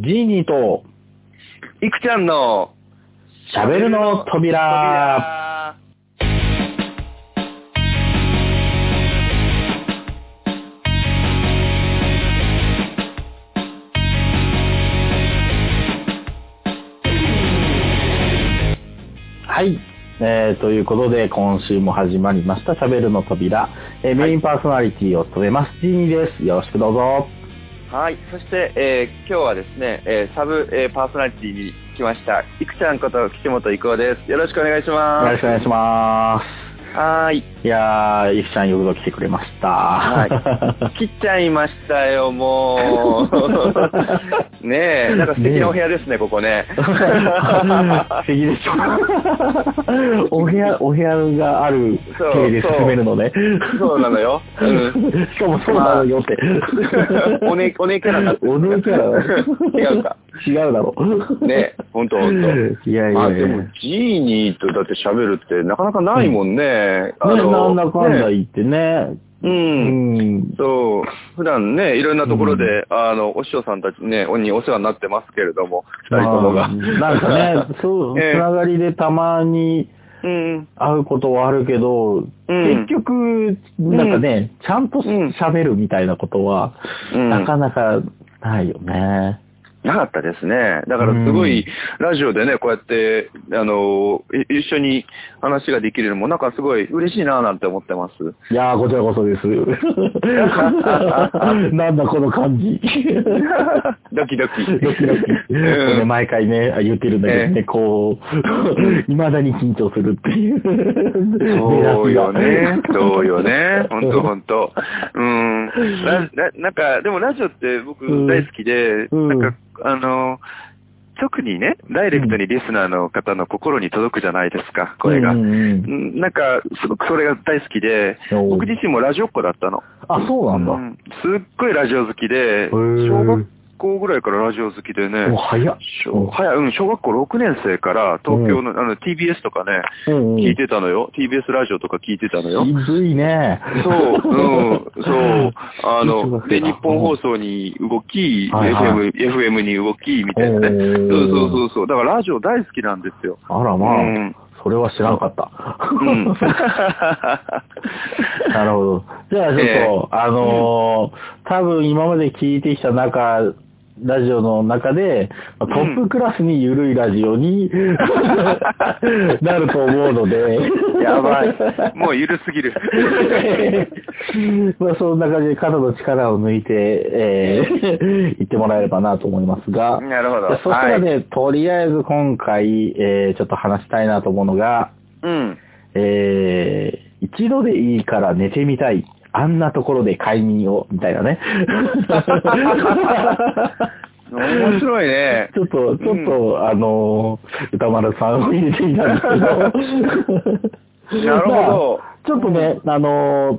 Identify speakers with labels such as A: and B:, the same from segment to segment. A: ジーニーと
B: いくちゃんの
A: 喋るの扉。はい。えーということで、今週も始まりました、喋るの扉。えーメインパーソナリティを務めます、ジーニーです。よろしくどうぞ。
B: はい。そして、えー今日はですね、えーサブ、えーパーソナリティに来ました、いくちゃんこと岸本郁夫です。よろしくお願いし
A: よろ
B: ま。
A: しくお願いします
B: はーい。
A: す。いやー、ゆきちゃんよくぞ来てくれました。
B: はい。切っちゃいましたよ、も う。ねえ、なんか素敵なお部屋ですね、ここね。
A: 素敵でし ょお部屋、お部屋がある系で進めるのね。
B: そうなのよ。 うん。
A: しかもそうなのよって。
B: おね、おねキャラだ
A: お姉キャラ
B: 違うか。
A: 違うだろ。
B: ねえ、ほんとほんと。
A: いやいやいや。
B: まあでも、ジーニーとだって喋るってなかなかないもんね。あ
A: ね、な
B: の
A: んだかんだ
B: ね
A: 言ってね。
B: う。
A: うんん。
B: そう、普段ね、いろんなところで、あの、お師匠さんたちね、にお世話になってますけれども、二人ともが。
A: まあなんかね、そう、つ
B: ええ
A: ながりでたまに
B: うん。
A: 会うことはあるけど、
B: うん
A: 結局、なんかね、ちゃんと
B: うん
A: 喋るみたいなことは、
B: うん
A: なかなかないよね。
B: なかったですね。だからすごい、ラジオでね、こうやって、あの、い一緒に話ができるのも、なんかすごい嬉しいななんて思ってます。
A: いやー、こちらこそ です。なんだこの感 じ。
B: ドキドキ。
A: ドキドキ。
B: うん
A: ね毎回ね、言ってるんだけどね、こう、 未だに緊張するっていう。。
B: そうよね そうよね。ほんとほんと。うん。な、ななんか、でもラジオって僕
A: うん
B: 大好きで、
A: うん
B: なんか、あの、特にね、ダイレクトにリスナーの方の心に届くじゃないですか、声が。
A: うんうんうん
B: うんなんか、すごくそれが大好きで、
A: おう
B: 僕自身もラジオっ子だったの。
A: あ、そうなんだ。
B: うんすっごいラジオ好きで、
A: ー
B: 小学校ぐらいからラジオ好き
A: も
B: で
A: う
B: ね、
A: 早っ。
B: 小早いうん、小学校6年生から東京の,、あの TBS とかね、
A: うんうん
B: 聞いてたのよ。TBS ラジオとか聞いてたのよ。
A: ひどいね。
B: そう、うん、 そう、あ
A: 中学
B: の、
A: 生
B: で、
A: だ
B: 日本放送に動き、
A: はいはい
B: FM、FM に動き、みたいな
A: お
B: ね。そう
A: ー
B: そうそうそう。だからラジオ大好きなんですよ。
A: あらまあ、
B: うん
A: それは知らなかった。
B: うん。
A: なるほど。じゃあちょっと、
B: え
A: あのー多分今まで聞いてきた中、ラジオの中で、まあトップクラスに緩いラジオに、 なると思うので、
B: やばい。もうゆるすぎる。
A: まあそんな感じで肩の力を抜いて、えー言ってもらえればなと思いますが、
B: なるほど。
A: そしたら
B: はい。
A: ね、とりあえず今回、えーちょっと話したいなと思うのが、
B: うん。
A: えー、一度でいいから寝てみたい。あんなところで快眠を、みたい なね。
B: 面白いね
A: ち。ょっと、ちょっと、あのー歌丸さんを入れてみたんですけど。
B: なるほど
A: まあちょっとね、あのー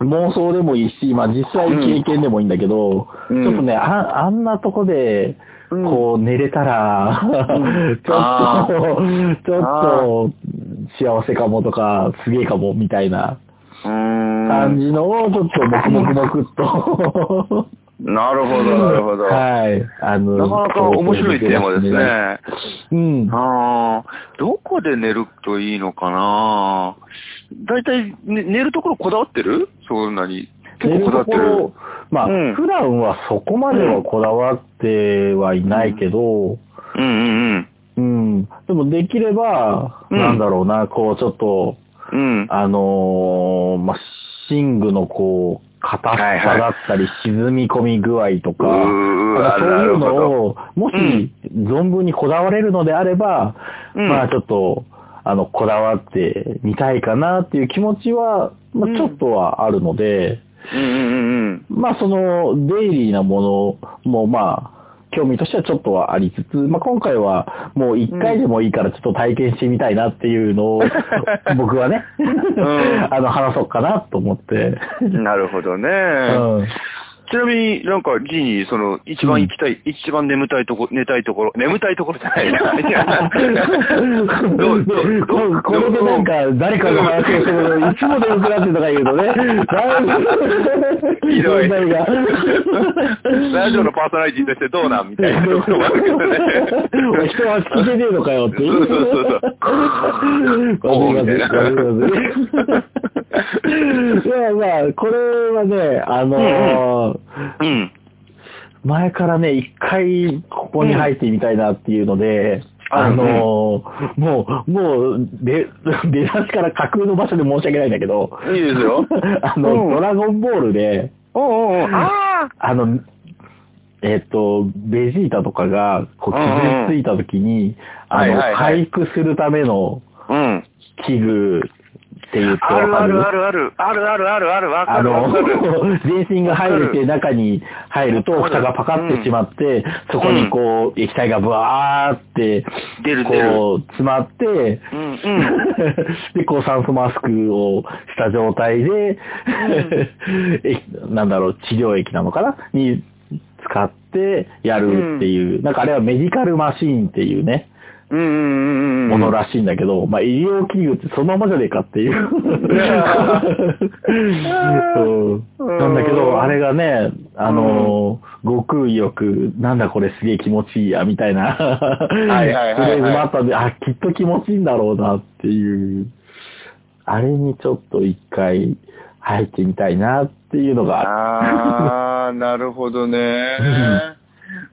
A: 妄想でもいいし、まあ実際経験でもいいんだけど、
B: うん
A: ちょっとね、ああんなとこで、
B: うん
A: こう寝れたら、 ちょっ
B: あ
A: と、ちょっと、幸せかもとか、すげえかも、みたいな
B: うーん。
A: 感じのを、ちょっと、もくもくもくっと。
B: なるほど、なるほど。
A: はい。あの、
B: なかなか面白いテーマですね。
A: うん。
B: ああ、どこで寝るといいのかな大体、ね、寝るところこだわってるそんなに。結
A: 寝
B: 構
A: ると
B: こだわって
A: こ
B: る。
A: ろ、まあ、
B: うん
A: 普段はそこまではこだわってはいないけど、
B: うんうん
A: うん、でもできれば、
B: うん
A: なんだろうな、こうちょっと、
B: うん。うん。
A: あのーまあ、寝具のこう、硬さ
B: はいはい
A: だったり、沈み込み具合とか、
B: うーわ
A: なんかそういう
B: なるほ
A: のを、もし
B: うん
A: 存分にこだわれるのであれば、
B: うん
A: まあちょっと、あの、こだわってみたいかなっていう気持ちは、ま
B: う
A: あ
B: ん
A: ちょっとはあるので、
B: うんうんうん
A: まあその、デイリーなものもまあ、興味としてはちょっとはありつつ、まあ今回はもう一回でもいいからちょっと体験してみたいなっていうのを、 僕はね、
B: ん
A: あの話そうかなと思って。
B: うん。なるほどね。
A: うん。
B: ちなみになんか、ジーに、その、一番行きたい、一番眠たいとこ、寝たいところ、眠たいところじ ゃないな。いやどうどうどう
A: ここれでなんか、誰かが話をしてるのいつもでくなってとか言うとね、だいぶ、
B: ひどい
A: 問題が。
B: ラジオのパーソナリティとしてどうなんみたいなところもあるけどね。
A: お人は聞いてねえのかよって。
B: そうそうそうそう。
A: わかります、わかります。いや、まあ、これはね、あのー
B: うん。
A: 前からね、一回ここに入ってみたいなっていうので、あのーもう、もう、で、出だしから架空の場所で申し訳ないんだけど、
B: いいですよ。
A: あの、
B: うん
A: ドラゴンボールで、
B: おうおうおうあ
A: あの、えっ、と、ベジータとかが、こう、
B: うんうん
A: 傷ついた時に、あ
B: はい
A: の、
B: はいはい
A: 回復するための
B: あうん。
A: 器具って言って
B: あ
A: わ
B: る
A: か
B: あ
A: る
B: るあるある。あるあるあるある。わか
A: あ
B: るわ
A: の
B: かる。、
A: 全身が入れて中に入ると、
B: わかる
A: 蓋がパカってしまって、そこにこう、液体がブワーって、
B: 出る出る
A: こう、詰まって、
B: うんうん。
A: で、こう酸素マスクをした状態で、 えなんだろう、治療液なのかなに使ってやるっていう、なんかあれはメディカルマシーンっていうね、
B: うんうんうんうん。
A: ものらしいんだけど、まあ医療器具ってそのままじゃねえかって いう。そうなんだけど、あれがね、あのー、悟空欲、なんだこれすげえ気持ちいいや、みたいな、フ
B: いはいはいはい
A: レーズもあったんで、あ、きっと気持ちいいんだろうなっていう、あれにちょっと一回入ってみたいなっていうのがある。
B: あー、なるほどね。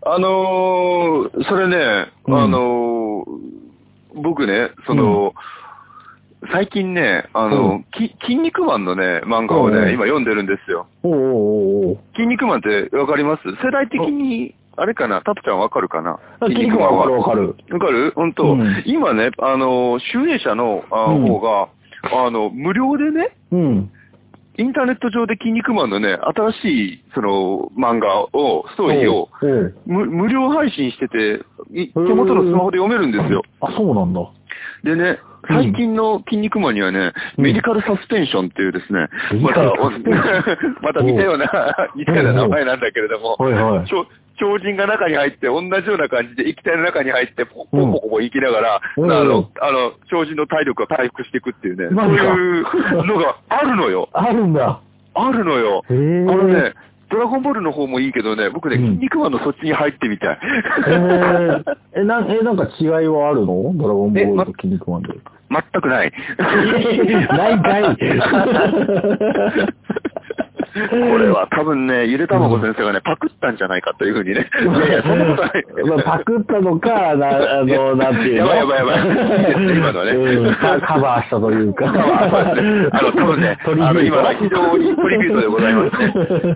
B: あのー、それね、あ
A: うん
B: のー、僕ね、その、最近ね、あ
A: う
B: の、き筋肉マンのね、漫画を
A: うんうん
B: ね、今読んでるんですよ。
A: おうおうおうおう
B: 筋肉マンってわかります世代的に、あれかなタプちゃんわかるかな
A: あ筋肉はわかるわかる。
B: わかる本当、
A: うん
B: 今ね、あの、集英社のあ
A: うん
B: 方が、あの、無料でね、
A: うん。
B: インターネット上で筋肉マンのね、新しい、その、漫画を、ストーリーを、
A: おうおう
B: む無料配信してて、い手元のスマホで読めるんですよ。
A: あ、そうなんだ。
B: でね、最近の筋肉マンにはね、
A: うん
B: メディカルサスペンションっていうですね、
A: メディ
B: ま
A: カ
B: た
A: ル、
B: また似たような、似たような名前なんだけれども、
A: はいはい。
B: 超超人が中に入って、同じような感じで液体の中に入って、ポコポコポコポ行きながら、
A: うん
B: あ
A: うん
B: の、あの、超人の体力が回復していくっていうね、そ
A: マ
B: う
A: ジか
B: いうのが あるのよ。
A: あるんだ。
B: あるのよ。
A: へ
B: あ
A: ー
B: のね、ドラゴンボールの方もいいけどね、僕ね、
A: うん
B: 筋肉マンのそっちに入ってみたい。
A: えー、え、な、え、なんか違いはあるのドラゴンボールと筋肉マンで。
B: 全く ない。
A: ないんかい
B: これは多分ね、ゆでたまご先生がね、パクったんじゃないかというふうにね。いやいや、そんなことない。
A: まあパクったのか、な、あの、なんていうの
B: やばいやばいやばいいいですね今のね
A: うんカカバーしたというか。
B: あの、多分ね、
A: トリビュート
B: あの、今のは非常にトリビュートでございま す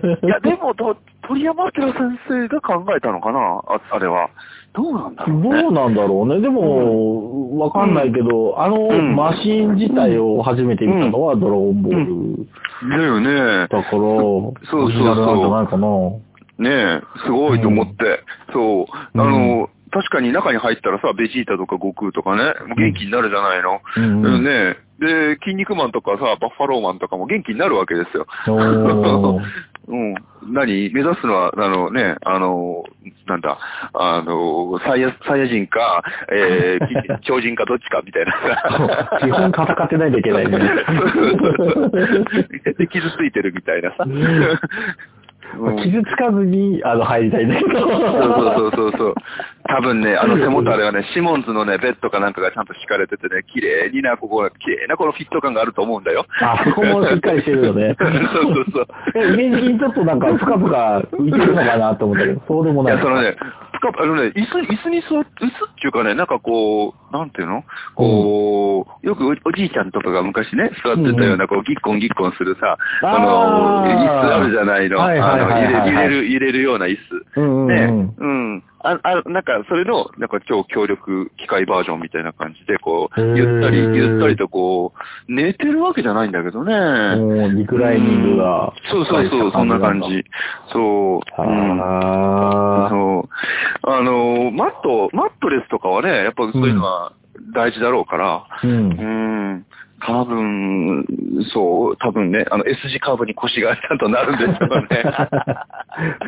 B: ね。いや、でも、と鳥山明先生が考えたのかなああれは。どうなんだろうね。
A: どうなんだろうね。でも、わかんないけど、あの、
B: うん
A: マシン自体を初めて見たのはドラゴンボール
B: だよ
A: だ
B: ね。
A: から、オ
B: そう
A: リジナルなんじゃないかな。
B: ねえ、すごいと思って。そう。あの、
A: う
B: 確かに中に入ったらさ、ベジータとか悟空とかね、元気になるじゃないの。
A: うん
B: うんねえで、筋肉マンとかさ、バッファローマンとかも元気になるわけですよ。
A: おー
B: うん。何目指すのは、あのね、あの、なんだ、あの、サイヤ、サイヤ人か、え ー、き超人かどっちかみたいなさ。
A: 基本戦ってないといけないね。
B: で、傷ついてるみたいなさ。うん
A: 傷つかずに、あの、入りたいんだけど。
B: そうそうそうそうそう。多分ね、あの背もたれはね、シモンズのね、ベッドかなんかがちゃんと敷かれててね、綺麗にな、ここが、綺麗なこのフィット感があると思うんだよ。。
A: あ、そこもしっかりしてるよね
B: そうそうそう。
A: え、イメージ的にちょっとなんか、ぷかぷか浮いてるのかなと思ったけど、そうでも
B: い
A: ない。
B: や、そのね、ぷかあのね、椅子、椅子に座って、椅子っていうかね、なんかこう、なんていうのこう、よくおおじいちゃんとかが昔ね、座ってたような、こう、ギッコンギッコンするさ、
A: あー
B: あの、椅子あるじゃないの。
A: はいはいはいはい
B: あの、揺れ揺れる、揺れるような椅子。
A: うんうん
B: ね、
A: うん。
B: うん。あ、あ、なんか、それの、なんか超強力機械バージョンみたいな感じで、こう
A: へー、
B: ゆったり、ゆったりとこう、寝てるわけじゃないんだけどね。
A: もう、リクライニングが
B: うん。そうそうそう、そんな感じ。そう。うん
A: ああ。
B: そう。あのー、マッ ト、マットレスとかはね、やっぱそういうのは大事だろうから、
A: う。
B: うんん。多分、そう、多分ね、あの S 字カーブに腰がちゃんとなるんでしょうね。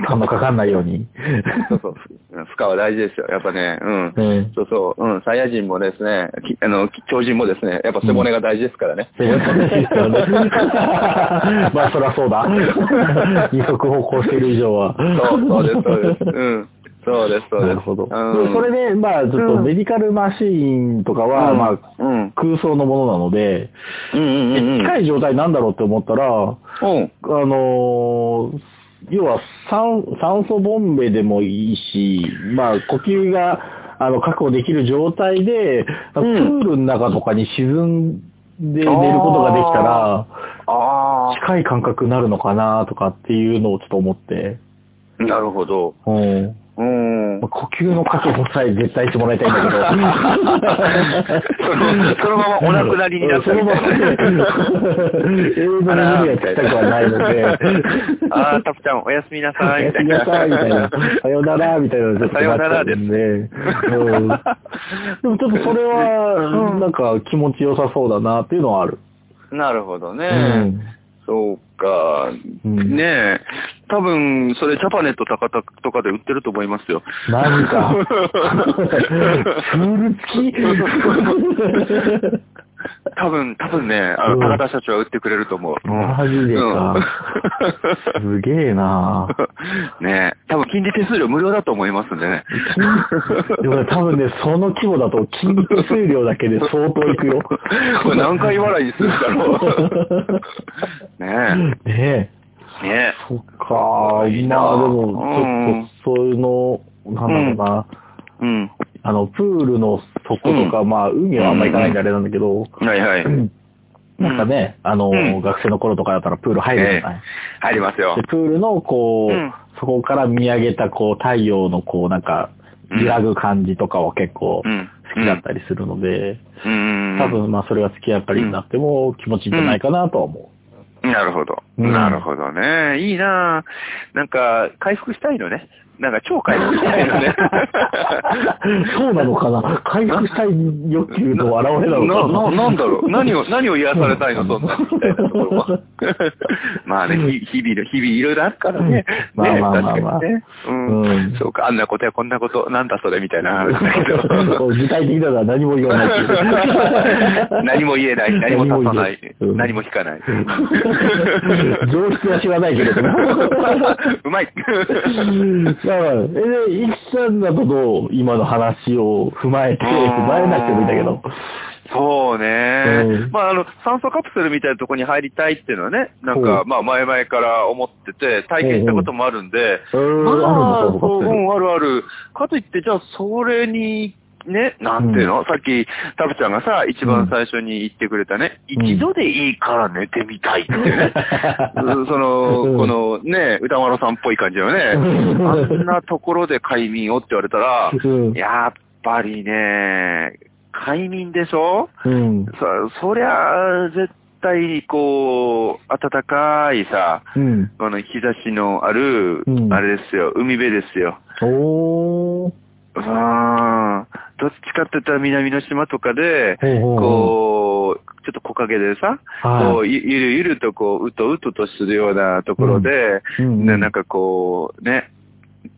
A: 負荷のかかんないように。
B: そうそう。負荷は大事ですよ。やっぱね、うん。
A: ね
B: そうそう、うん、サイヤ人もですね、きあの、超人もですね、やっぱ背骨が大事ですか らね。
A: まあ、そりゃそう だ。二足歩行してる以上は。
B: そう、そうです、そうです。うん。そうです、そうです。
A: なるほど。
B: うん。
A: それで、まあ、ちょっとメディカルマシーンとかは、
B: うん
A: まあ、
B: うん。
A: 空想のものなので、
B: うんうん
A: え
B: うんうん。
A: 近い状態なんだろうって思ったら、あ
B: うん。
A: のー要は酸酸素ボンベでもいいし、まあ、呼吸があの確保できる状態で、プールの中とかに沈んで寝ることができたら、
B: あ
A: 近い感覚になるのかなとかっていうのをちょっと思って、
B: あ。なるほど。
A: うん
B: うん。
A: まあ呼吸の確保さえ絶対してもらいたいんだけど。
B: その、そのま まお亡くなりになったみたいな。
A: 英語の無理は聞きたくはないので、
B: あー、タプちゃん、おやすみなさい、
A: や
B: み
A: って
B: たい
A: く
B: な。
A: ださいみたいな、 さよならみたいなのちょっとなっちゃうんで、うんでもちょっとそれは、なんか気持ちよさそうだなっていうのはある。
B: なるほどね。
A: うん
B: そうか。
A: うん
B: ねえ。多分、それ、ジャパネット高田とかで売ってると思いますよ。
A: マジか。ツール付き
B: 多分、多分ね、あ
A: うん
B: の、高田社長は売ってくれると思う。うん
A: マジでか。すげえな
B: うん、 ねえ。多分、金利手数料無料だと思いますんでね。
A: でもね多分ね、その規模だと、金利数量だけで相当いくよ。
B: これ何回払いにするんだろう。 ね
A: ねえ。
B: え。ねえ。
A: そっか
B: いいな
A: まあでも、ちょっと、そういうの、なんだろうな。
B: うん。
A: あの、プールの底とか、まあ、海はあんま行かないんであれなんだけど、
B: はいはい。
A: なんかね、あの、
B: うん
A: 学生の頃とかだったらプール入るじゃない。
B: 入りますよ
A: で、。プールの、こう、
B: うん
A: そこから見上げた、こう、太陽の、こう、なんか、揺らぐ感じとかは結構好
B: うん。
A: きだったりするので、
B: うん。
A: 多分まあそれが好きやっぱりになっても気持ちいいんじゃないかなとは思
B: なるほど。
A: うん
B: なるほどね。いいなぁなんか、回復したいのね。なんか、超回復したいの ね。
A: う。 そうなのかな回復したい欲求の表れなの
B: な、
A: か
B: な、
A: な
B: なんだろう。何を、何を癒されたいの、そんな、みたいなとこ ろは。まあね、ひ日々の、日々いろいろあるからね。
A: まあ
B: ね
A: まあまあまあ
B: 確かにね。う
A: うん
B: ん。そうか、あんなことやこんなこと、なんだそれ、みたいな話だけど。
A: 具体的だから何も言わない
B: 何も言えない、何も立たな
A: 何も言え、
B: い
A: ないうん
B: 何も引かない。
A: し。上質は知らないけれども。
B: うまい。
A: だから、え、で、いきさんだとどう今の話を踏まえて、
B: うん
A: 踏まえなくてもいいんだけど。
B: そう
A: う
B: ね
A: ん。
B: まあ、あの、酸素カプセルみたいなところに入りたいっていうのはね、なんか
A: う、
B: まあ、前々から思ってて、体験したこともあるんで、
A: う
B: ま
A: ーん、あ
B: あ、
A: るの
B: そ、
A: か、そうう
B: う
A: か。
B: ん、あるある。かといって、じゃあ、それに、ね、なんていうの、さっき、タブちゃんがさ、一番最初に言ってくれたね、
A: うん
B: 一度でいいから寝てみたいってい うね。うんその、
A: うん
B: このね、歌丸さんっぽい感じよね。
A: うん
B: あんなところで快眠をって言われたら、
A: うん
B: やっぱりね、快眠でしょ
A: うん。
B: そ、そりゃ、絶対、こう、暖かいさ、
A: うん。
B: この日差しのある、
A: うん
B: あれですよ、海辺ですよ。
A: おー。
B: うーん。どっちかって言ったら南の島とかで、
A: ほうほうほう
B: こう、ちょっと木陰でさ、こ
A: は
B: うゆゆるゆるとこう、うとうととするようなところで、
A: い。うん
B: ね、なんかこう、ね、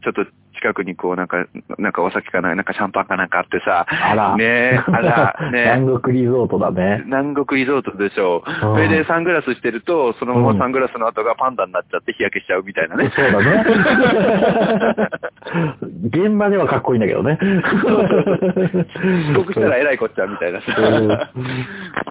B: ちょっと近くにこう、なんか、なんかお酒かな、なんかシャンパンかなんかあってさ、
A: あら。
B: ね あら、ね
A: 南国リゾートだね。
B: 南国リゾートでしょう。それでサングラスしてると、そのままサングラスの跡がパンダになっちゃって日焼けしちゃうみたいなね。
A: そうだね。現場ではかっこいいんだけどね。
B: 帰国したら偉いこっちゃみたいなさ。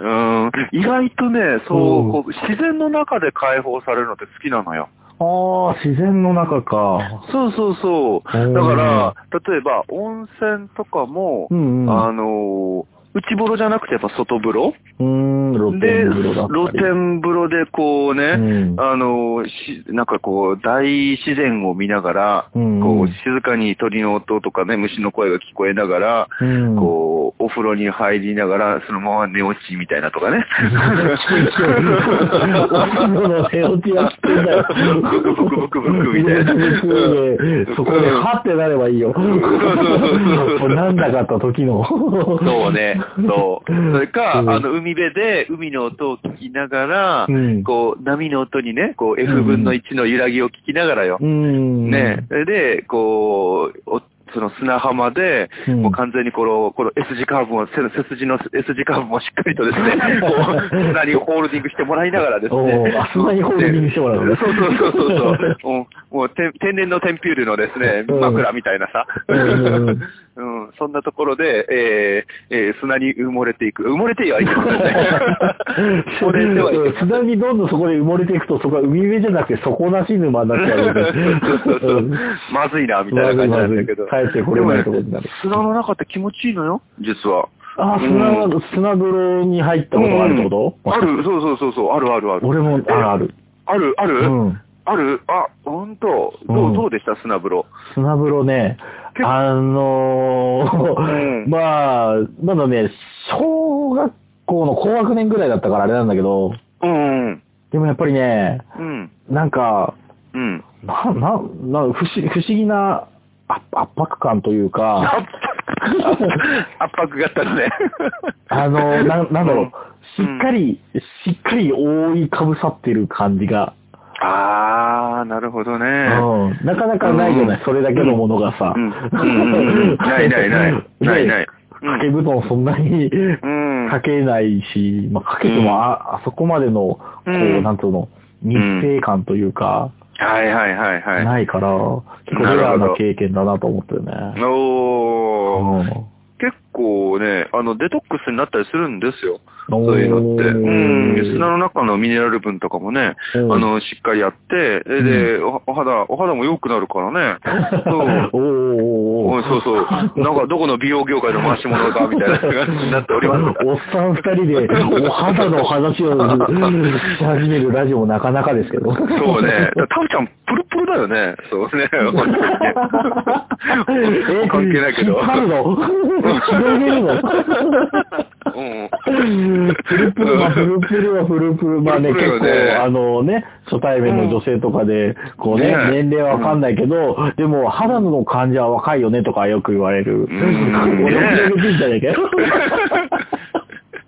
B: うん、意外とね、そう、
A: うん
B: こう、自然の中で解放されるのって好きなのよ。
A: ああ、自然の中か。
B: そうそうそう。だ
A: うん
B: から、例えば温泉とかも
A: う、んうん。
B: あ
A: う
B: のー内風呂じゃなくてやっぱ外風呂
A: ーん、露
B: で、
A: 天風呂だったり。
B: 露天風呂でこうね、
A: うん
B: あのーし、なんかこう、大自然を見ながら、
A: うんうん
B: こう、静かに鳥の音とかね、虫の声が聞こえながら、
A: うん
B: ここう、お風呂に入りながら、そのまま寝落ちみたいな とかね。
A: の手落ちは危険だよ。
B: ブクブクブクブクみたいな。
A: ブクブクで、そこでハってなればいいよ。なんだかあった時の。
B: そうね、そう。それか、
A: うん
B: あの、海辺で海の音を聞きながら、
A: うん
B: こう、波の音にね、こう、F 分の1の揺らぎを聞きながらよ。
A: うん。
B: ね、それで、こう、おその砂浜で、
A: うん
B: もう完全にこの、この S 字カーブも、背背筋の S 字カーブもしっかりとですね、 こう、砂にホールディングしてもらいながらです
A: お
B: ね
A: ーあ。砂にホールディングしてもらうのね
B: でそうそうそうそうそう。もう、もう天天然のテンピュールのですね、
A: うん
B: 枕みたいなさ。
A: うん
B: うん、そんなところで、えーえー砂に埋もれていく。埋もれてはいけませ んね。埋もれてはいけません
A: 砂にどんどんそこで埋もれていくと、そこは海辺じゃなくて底なし沼になっちゃう
B: そうそうそうまずいな、みたいな感じなんだけど。
A: まずいまずい帰ってこれないとこになる
B: でもね砂の中って気持ちいいのよ、実は。
A: あ、砂は、砂風呂に入ったことがあるってこと、
B: うんある、そうそうそうそう、あるあるある。
A: 俺も、あるある。
B: ある、ある、
A: うん
B: ある、あ、ほんと。ど
A: うん
B: う、どうでした、砂風呂。
A: 砂風呂ね、あのー
B: うん
A: まあ、まだね、小学校の高学年ぐらいだったからあれなんだけど、
B: うん、うん、
A: でもやっぱりね、
B: うん、
A: なんか、
B: うん。
A: な、な、な、不思不思議な圧圧迫感というか、
B: 圧迫があった のね。
A: あの、な、なんだろう、
B: う
A: し
B: ん
A: っかり、しっかり覆いかぶさってる感じが、
B: あー、なるほどね。
A: うんなかなかないじゃない、
B: うん
A: それだけのものがさ。
B: うんうんうんうんないないないないない
A: で掛け布団そんなに
B: うん。
A: かけないし、まあ、かけてもあ、あそこまでの、こう、
B: うん
A: なんつうの、密閉感というか、
B: はいはいはいはい。
A: ないから、結構
B: な
A: レ
B: るほど
A: アな経験だなと思ってるね。
B: おー、
A: うん
B: 結構ね、あの、デトックスになったりするんですよ。
A: おー
B: そういうのって。うん。砂
A: う
B: の中のミネラル分とかもね、あ
A: うん
B: の、しっかりやって、で、でおお肌、お肌も良くな るからね。そう。
A: おーおー
B: お
A: お
B: い
A: ー
B: そうそう。なんか、どこの美容業界の回し物だ、みたいな感じになって おります
A: おっさん二人で、お肌の話 をし始めるラジオもなかなかですけど。
B: そうね。だタフちゃん、プルプルだよね。そう ね。本当にね
A: え
B: 関係ないけど。
A: 引っ張るの広げるの
B: うん。
A: プルプル、まあ、プルプルはプルプル。まあね、
B: プルプ
A: 結
B: ルよね
A: 構、あのね、初対面の女性とかで、こうね、
B: ねえ
A: 年齢はわかんないけど、でも、肌の感じは若いよねとかよく言われる。
B: ん
A: 俺も広げてんじゃねえかよ。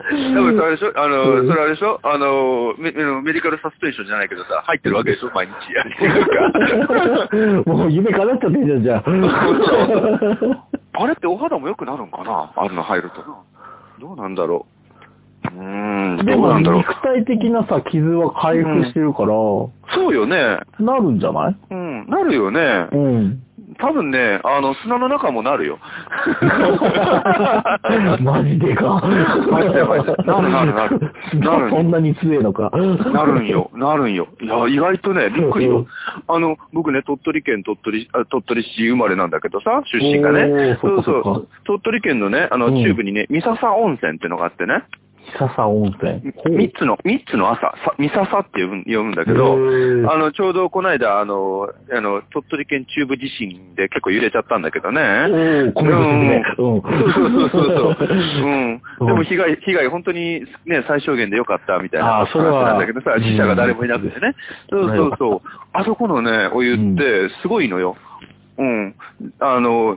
B: 多分それあれでしょあの、
A: うん
B: それあれでしょあのメ、メディカルサスペンションじゃないけどさ、入ってるわけでしょ 毎日。
A: もう夢叶っちゃってんじゃん、じゃあ。
B: あれってお肌も良くなるんかなあるの入るとな。どうなんだろう。うーん、
A: で
B: どうな
A: も、
B: んだろう
A: 肉。体的なさ、傷は回復してるから、
B: そうよね。
A: なるんじゃない
B: うん、なるよね。
A: うん。
B: 多分ね、あの、砂の中もなるよ。
A: マジでか。
B: マジでマジでなるなるなるなる
A: そん なに強いのか。
B: なる んよ、なるんよ。いや、意外とね、びっくり
A: うん
B: よ。あの、僕ね、鳥取県鳥取、あ鳥取市生まれなんだけどさ、出身が
A: お
B: ね
A: ー。
B: そう
A: そっかそっ
B: そう。鳥取県のね、あ
A: う
B: の、
A: ん
B: 中部にね、三笹温泉ってのがあってね、
A: ささ温泉。
B: 三つの、三つの朝、さ三笹って呼ぶ呼ぶんだけ
A: へ
B: ど
A: ー、
B: あの、ちょうどこの間、あの、あの、鳥取県中部地震で結構揺れちゃったんだけどね。
A: おー、ごめんなさいね。うん。
B: そうそうそうそう。 うん。
A: うん
B: でも被害、被害本当にね、最小限でよかったみたい
A: あ
B: な
A: ーそれは
B: なんだけどさ、死者が誰もいなくてね。
A: う
B: そ
A: ん
B: うそうそう。あそこのね、お湯ってすごいのよ。うん。あの、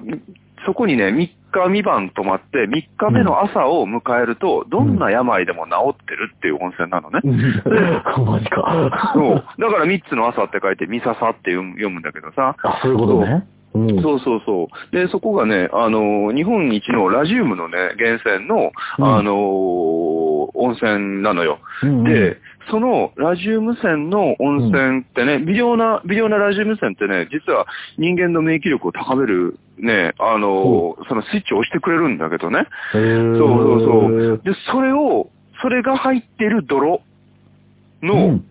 B: そこにね、3日2晩泊まって、3日目の朝を迎えると、どんな病でも治ってるっていう温泉なのね。
A: うん マジか。
B: そう。だから3つの朝って書いて、三笹って読む読むんだけどさ。
A: あ、そういうことね。うん。
B: そうそうそう。で、そこがね、あのー、日本一のラジウムのね、源泉の、
A: うん
B: あのー、温泉なのよ。
A: うん
B: で、そのラジウム泉の温泉ってね、微量な、微量なラジウム泉ってね、実は人間の免疫力を高める、ね、あのー、そのスイッチを押してくれるんだけどね。
A: へー
B: そうそうそう。で、それを、それが入ってる泥の、
A: うん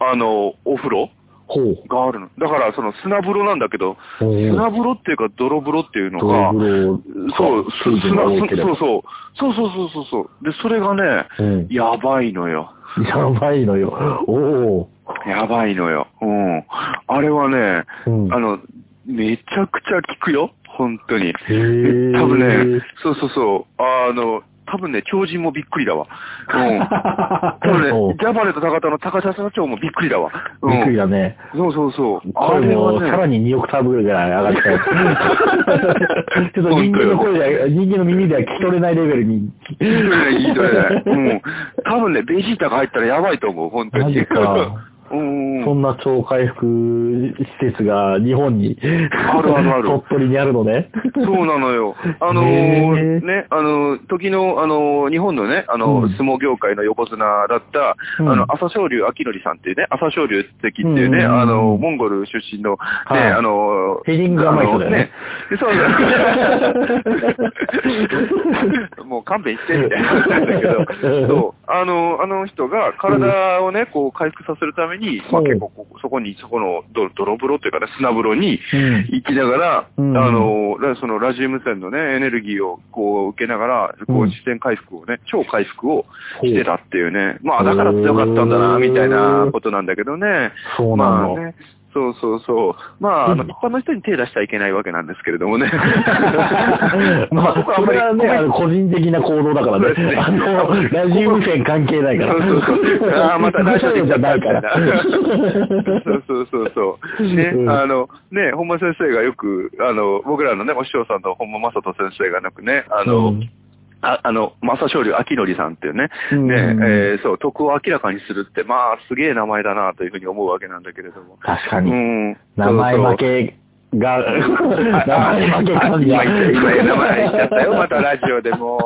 B: あのー、お風呂
A: ほう。
B: があるの。だから、その砂風呂なんだけど、
A: ほう
B: 砂風呂っていうか泥風呂っていうの
A: ド
B: が、
A: ロブロ
B: そう、す
A: 水分が
B: 砂そ
A: 多ければ
B: うそう、そうそうそうそうそう。で、それがね、
A: うん
B: やばいのよ。
A: やばいのよ。お
B: やばいのよ。うん。あれはね、
A: お。うん
B: あの、めちゃくちゃ効くよ。本当に。
A: へー
B: 多分ね、そうそうそう、あの、多分ね、狂人もびっくりだわ。うん。 多分
A: お
B: ね、ジャバレと高田の高田社長もびっくりだわ。うん。
A: びっくりだね。
B: そうそうそう。あ
A: 声
B: れ
A: も
B: は
A: さら
B: ね、
A: に2オクターブぐらい上がっちゃ う。ちょっと人間の声では、人間の耳では聞き取れないレベルに。
B: いいとれない、いいとれない。うん。多分ね、ベジータが入ったらやばいと思う、本当
A: マ
B: に。
A: ジか。
B: うんうん。
A: そんな超回復施設が日本に、
B: あるあるある
A: 鳥取にあるの ね。
B: そうな のよ。あの
A: へ
B: ー
A: え
B: ね、あのー時の、あのー日本のね、あの
A: う
B: ー
A: ん
B: 相撲業界の横綱だった、
A: うん
B: あの、朝青龍明則さんっていうね、朝青龍関っていうね、
A: うんうんうん
B: あのーモンゴル出身の、ね、
A: い
B: あのー
A: ヘディング甘い人だよね
B: あのでそうだ もう勘弁して、 みたいな感じだけど、そう、あのーあの人が体をね、こう、回復させるために、まあ
A: うん
B: 結構ここ、そこに、そこのど泥風呂というかね、砂風呂
A: う
B: に、
A: ん
B: 行きながら、
A: うん
B: あの、ラそのラジウム線のね、エネルギーをこう受けながら、こ
A: う
B: う、
A: ん
B: 視線回復をね、超回復をしてたっていうね。まあ、だから強かったんだな、
A: へー
B: みたいなことなんだけどね。
A: そうな
B: ま
A: の。
B: あね。そうそうそう。まあ、あの、
A: うん
B: 一般の人に手出しちゃいけないわけなんですけれ どもね。
A: まあ、
B: 僕はあん
A: そ
B: ま
A: れ
B: り
A: はね、あの個人的な行動だから
B: そうです
A: ね
B: ね。
A: あの、ラジウム線関係ないか
B: そう
A: ら。
B: そうそう。ああ、また大丈夫
A: じ
B: じ
A: ゃ
B: ゃ
A: な
B: ないい
A: か
B: か らら。。そうそうそうそう。ね、
A: うん
B: あの、ね、本間先生がよく、あの、僕らのね、お師匠さんの本間正人先生がなくね、あの、
A: うん
B: ああの、正勝龍明則さんっていうね、
A: うん
B: ね、えーそう、徳を明らかにするって、まあ、すげえ名前だなというふうに思うわけなんだけれども。
A: 確か
B: う
A: に。
B: ん。
A: 名前
B: そうそう
A: 負けが、名
B: あ
A: 前負け
B: あ
A: 感じ
B: 今言った、今名前言っちゃったよ、またラジオでも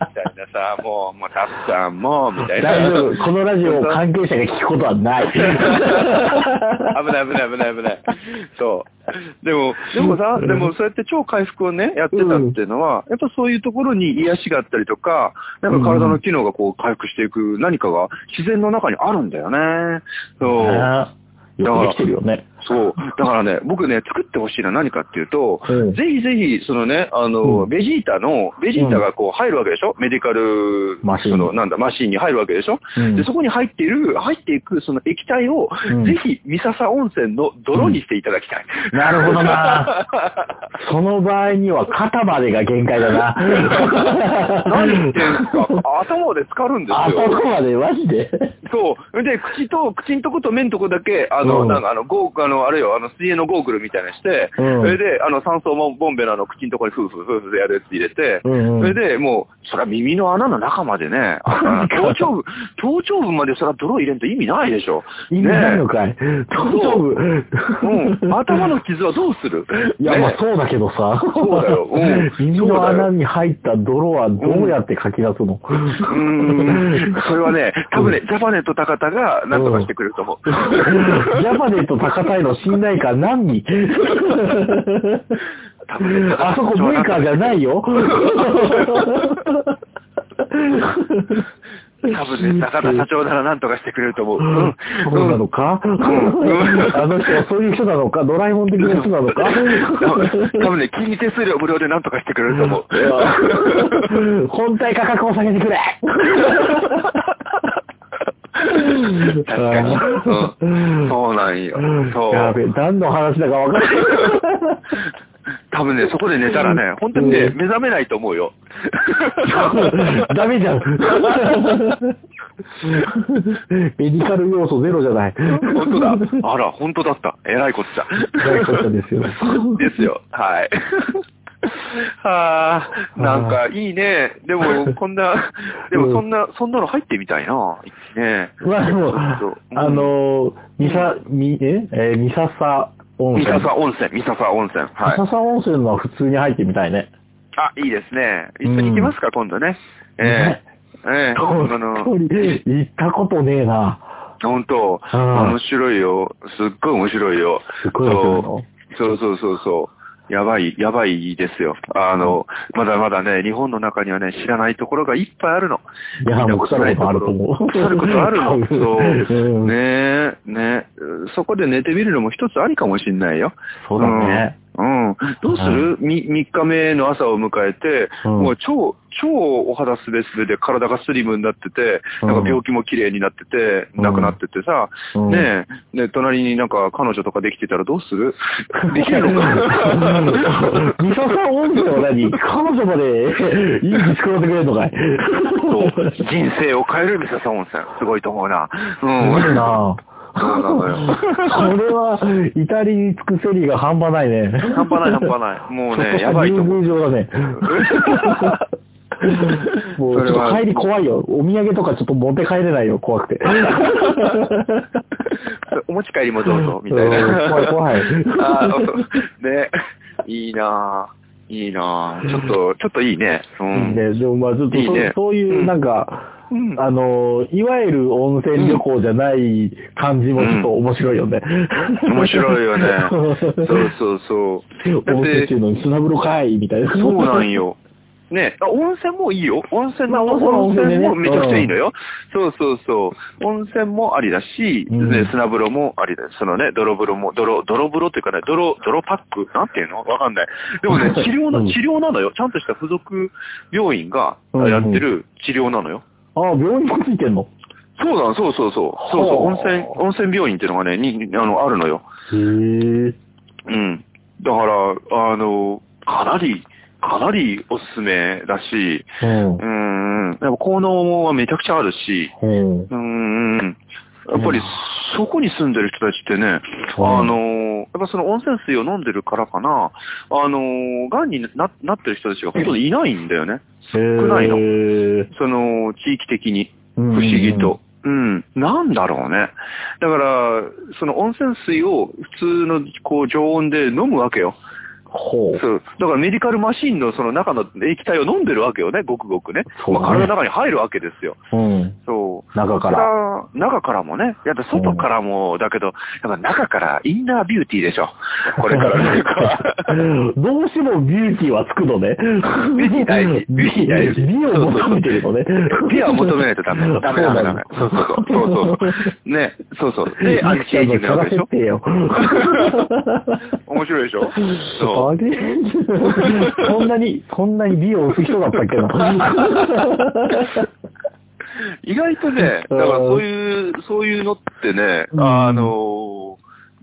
B: う、みたいなさ、もう、もう、タッさんもう、みたいな。
A: 大丈夫。このラジオを関係者が聞くことはない。
B: 危ない危ない危ない危ない。そう。でも、でもさ、でもそうやって超回復をね、やってたっていうのは、やっぱそういうところに癒しがあったりとか、なんか体の機能がこう回復していく何かが自然の中にあるんだよね。そう。
A: ねよくできてるよね。
B: そう。だか らね、僕ね、作ってほしいのは何かっていうと、
A: うん
B: ぜひぜひ、そのね、あの、
A: うん
B: ベジータの、ベジータがこう入るわけでしょメディカル、
A: マシン
B: その、なんだ、マシンに入るわけでしょ、
A: うん
B: で、そこに入っている、入っていくその液体を、
A: うん
B: ぜひ、三笹温泉の泥にしていただきたい。
A: なるほどな。その場合には肩までが限界だな。
B: 何言ってんすか 頭まで浸かるんです
A: あ
B: よ
A: そ。こまでマジで
B: そう。で、口と、口んとこと目んとこだけ、あの、
A: うん
B: なんかあの、ゴー、あの、あれよ、あの、水泳のゴーグルみたいなのして、
A: うん
B: それで、あの、酸素もボンベのあの、口んとこにフーフーフーフーでやるやつ入れて、
A: うんうん
B: それで、もう、そら耳の穴の中ま でね、あの頭頂部、頭頂部までそら泥入れんと意味ないでしょ。
A: 意味ないのかい頭頂部。
B: うん。頭の傷はどうする
A: いや、
B: ね
A: まあそうだけどさ。
B: そうだようん
A: 耳の穴に入った泥はどうやってかき出すの、
B: うーんそれはね、多分ね、ジャパネット高田が何とかしてくれると思
A: ジ
B: う。
A: ャパネット高田への信頼感何に
B: 多分ね
A: あそこメーカーじゃないよ。
B: 多分ね、高田社長なら何とかしてくれると思う。うん
A: そうなのか、あの人はそういう人なのかドラえもん的な人なのか
B: 多分ね、金利手数料無料で何とかしてくれると思う。
A: 本体価格を下げてくれ
B: 確かに。うんそうなんよ。そ
A: や
B: う。
A: べえ、何の話だか分かんない。
B: 多分ね、そこで寝たらね、本当にね、
A: うん
B: 目覚めないと思うよ。
A: ダメじゃん。メディカル要素ゼロじゃない。
B: 本当だ。 あら、本当だった。えらいこっちゃ。
A: 大丈夫ですよ。
B: ですよ。 はい。はあ、なんかいいね。でも、こん な、でもそんな、そんなの入ってみたいな。いいね。
A: まあでも、
B: うん
A: あの、ミサ、み、え、えーミササ温
B: 三
A: 泉。
B: 笹温泉、三笹温泉。
A: ミ
B: はい
A: サ。サ温泉のは普通に入ってみたいね。
B: あ、いいですね。一緒に行きますか、今度ね。え
A: ね
B: え。ええ。
A: 本
B: あの、
A: 当に行ったことねえな。
B: 本当、
A: うん
B: 面白いよ。すっごい面白いよ。
A: すごい面白いの
B: そうそうそうそうそう。やばい、やばいですよ。あの、まだまだね、日本の中にはね、知らないところがいっぱいあるの。
A: いや、
B: 見た
A: もう
B: こ
A: 腐
B: とな
A: る
B: い
A: ことあると思う。
B: 腐ることあるの。そ
A: う
B: う。
A: ん
B: ねえ、ねえ。そこで寝てみるのも一つありかもしんないよ。
A: そうだね。
B: うん。どうする、み ?3 日目の朝を迎えて、
A: うん
B: もう超、超お肌すべすべで体がスリムになってて、
A: うん
B: なんか病気も綺麗になってて、
A: うん
B: なくなっててさ、
A: うん
B: ねえ、ね隣になんか彼女とかできてたらどう するできるのか
A: ミサさん音声は何彼女まで、いい口使ってくれるのかい
B: そう人生を変えるミサさん温泉。すごいと思うな。うん。
A: すごいな
B: そうなのよ。
A: これは、イタリに尽くせりが半端ないね。
B: 半端ない半端ない。もう ね、やばいと思う。
A: 竜宮城だね。もう、ちょっと帰り怖いよ。お土産とかちょっと持って帰れないよ、怖くて。
B: お持ち帰りもどうぞ、みたいな。
A: うん怖い怖い
B: あー ね、いいなぁ。いいなぁ。ちょっと、ちょっといいね。うん。
A: ね、でもまあちょっと
B: いい
A: そう
B: ね
A: そういうなんか、
B: うん
A: あの、いわゆる温泉旅行じゃない感じもちょっと面白いよね。
B: 面白い よね。そうそうそう。だっ
A: 温泉ってい
B: て
A: う、のに砂風呂かいみたいな。
B: そうなんよ。ねあ、温泉もいいよ。温泉
A: まあ
B: の、
A: 温泉は温
B: 温
A: 泉で
B: 泉
A: ね
B: もめちゃくちゃいいのよ。そうそうそう。温泉もありだし、
A: うん
B: ね、砂風呂もありだし、そのね、泥風呂も、泥、泥風呂っていうかね、泥、泥パックなんていうのわかんない。でもね、治療
A: うん
B: の、治療なのよ。ちゃんとした付属病院が
A: うん
B: やってる治療なのよ。
A: あ、病院もついてんの
B: そうだ、そうそうそう。そうそう、
A: ほう
B: 温泉、温泉病院っていうのがね、に、にあの、あるのよ。
A: へえ。
B: うん。だから、あの、かなり、かなりおすすめだし、
A: うん
B: う。んうん。やっぱ効能はめちゃくちゃあるし、
A: うん。
B: うんうん。やっぱり
A: うん
B: そこに住んでる人たちってね、
A: うん
B: あのー、やっぱその温泉水を飲んでるからかな、あのー、癌にななってる人たちがほとんどいないんだよね。
A: 少
B: ないの
A: 不
B: その、地域的に。不思議と。。うん。なんだろうね。だから、その温泉水を普通のこう常温で飲むわけよ。
A: ほう。
B: そう。だからメディカルマシンのその中の液体を飲んでるわけよね、ごくごくね。
A: そうだね
B: まあ、体の中に入るわけですよ。
A: うん。
B: そう。
A: 中から。
B: ら。中からもね。やっぱ外からも、だけど、やっぱ中からインナービューティーでしょ。これから ね。
A: どうしてもビューティーはつくのね。
B: ビューティー大事ビューティー大事
A: 美を求めてるのね。
B: ピアを求めないとダメ。ダメダメダメ。そうそうそう。そうそうそう。ね、そうそう。で、 アンチエイジングなわけでしょ
A: 探せ。てよ。
B: 面白いでしょ
A: あ
B: そう。
A: れそんなに、そんなに美を押す人だったっけな。
B: 意外 とね、だからそういう、そういうのってね、
A: うん
B: あのー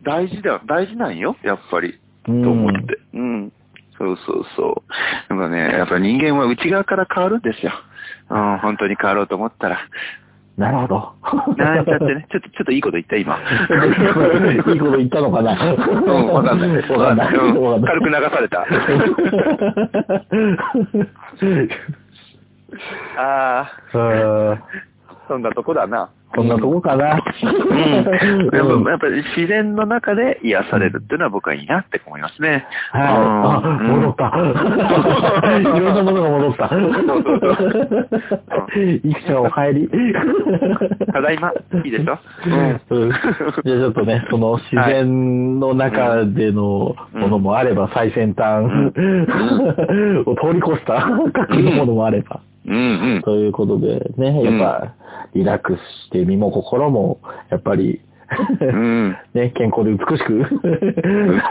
B: 大事だ、大事なんよ、やっぱり。
A: と
B: と思って。うん。そうそうそう。なんかね、やっぱ人間は内側から変わるんですよ。うん、本当に変わろうと思ったら。
A: なるほど。
B: なんちゃってね、ちょっと、ちょっといいこと言った、 今。
A: いいこと言ったのかな。
B: うん、わかんない。
A: わかんない。
B: うん
A: わかんない
B: 軽く流された。 あ
A: うん
B: あ、そんなとこだな。
A: こんなとこかな。
B: うん。やっ
A: うん
B: ぱ、やっぱ自然の中で癒されるっていうのは僕はいいなって思いますね。
A: はい。あ、
B: うん
A: 戻 った。いろんなものが戻った。いくちゃんお帰り。
B: ただいま、いいでしょう
A: う
B: ん。
A: んじゃあちょっとね、その自然の中でのものもあれば、最先端を通り越した各のものもあれば、
B: うん
A: ということでね、やっぱリラックスして身も心も、やっぱり、
B: うん。うん。
A: ね、健康で美しく。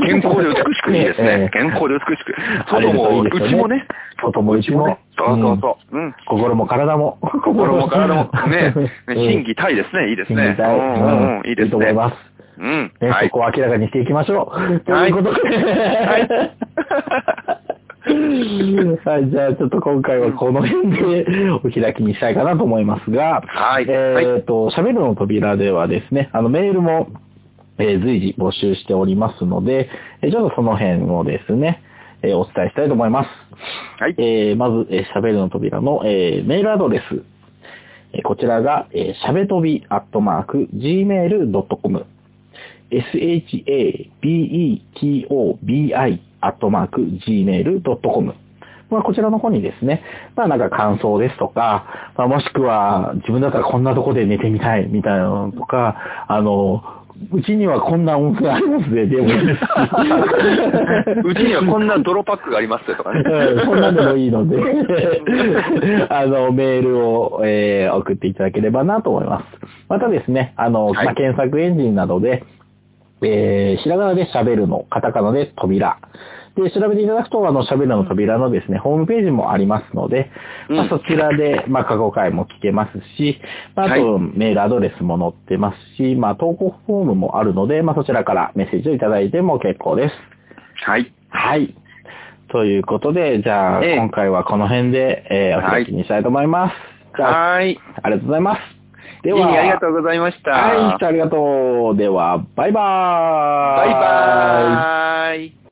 B: 健康で美しくいいで すね。
A: ええ
B: 健康で美しく。
A: あれ
B: 外
A: だとい
B: も、
A: いですよ
B: うちもね。
A: 外も内もね。
B: そうそうそう。うん。
A: 心も体も。、
B: 心も体も、ね
A: うん
B: 心技体ですね。いいです
A: 心技。
B: ねう
A: 体
B: んうんうん、いいです
A: と思
B: ね
A: い。ます。
B: うん。
A: ね、
B: はい
A: そ。こを明らかにしていきましょう。と
B: はいいう
A: ことで。 はい、じゃあちょっと今回はこの辺でお開きにしたいかなと思いますが、
B: はい
A: えっと、喋るの扉ではですね、あのメールも、えー随時募集しておりますので、えーちょっとその辺をですね、えーお伝えしたいと思います。
B: はい。
A: えーまず、えー喋るの扉の、えーメールアドレス、えーこちらが、えー、しゃべとびアットマーク gmail.com shabetobi アットマーク gmail.com まあ、こちらの方にですね、まあなんか感想ですとか、まあ、もしくは自分だったらこんなとこで寝てみたいみたいなのとか、あの、うちにはこんな温泉ありますね、で もいいですし
B: うちにはこんな泥パックがありますよとかね。
A: うんそんなでもいいの で、あの、メールを、えー送っていただければなと思います。またですね、あの、
B: はい
A: まあ検索エンジンなどで、えー、ひらがなで喋るの、カタカナで扉。で、調べていただくと、あの、喋るの扉のですね、ホームページもありますので、まあ
B: うん
A: そちらで、まあ、過去回も聞けますし、まあ、あと、メールアドレスも載ってますし、まあ、投稿フォームもあるので、まあ、そちらからメッセージをいただいても結構です。
B: はい。
A: はい。ということで、じゃあ、
B: ええ
A: 今回はこの辺で、えー、お開きにしたいと思います。じゃあ
B: はーい。
A: ありがとうございます。では、
B: いいありがとうございました。
A: はい、ありがとう。では、バイバー
B: バ
A: イ。
B: イバーイ。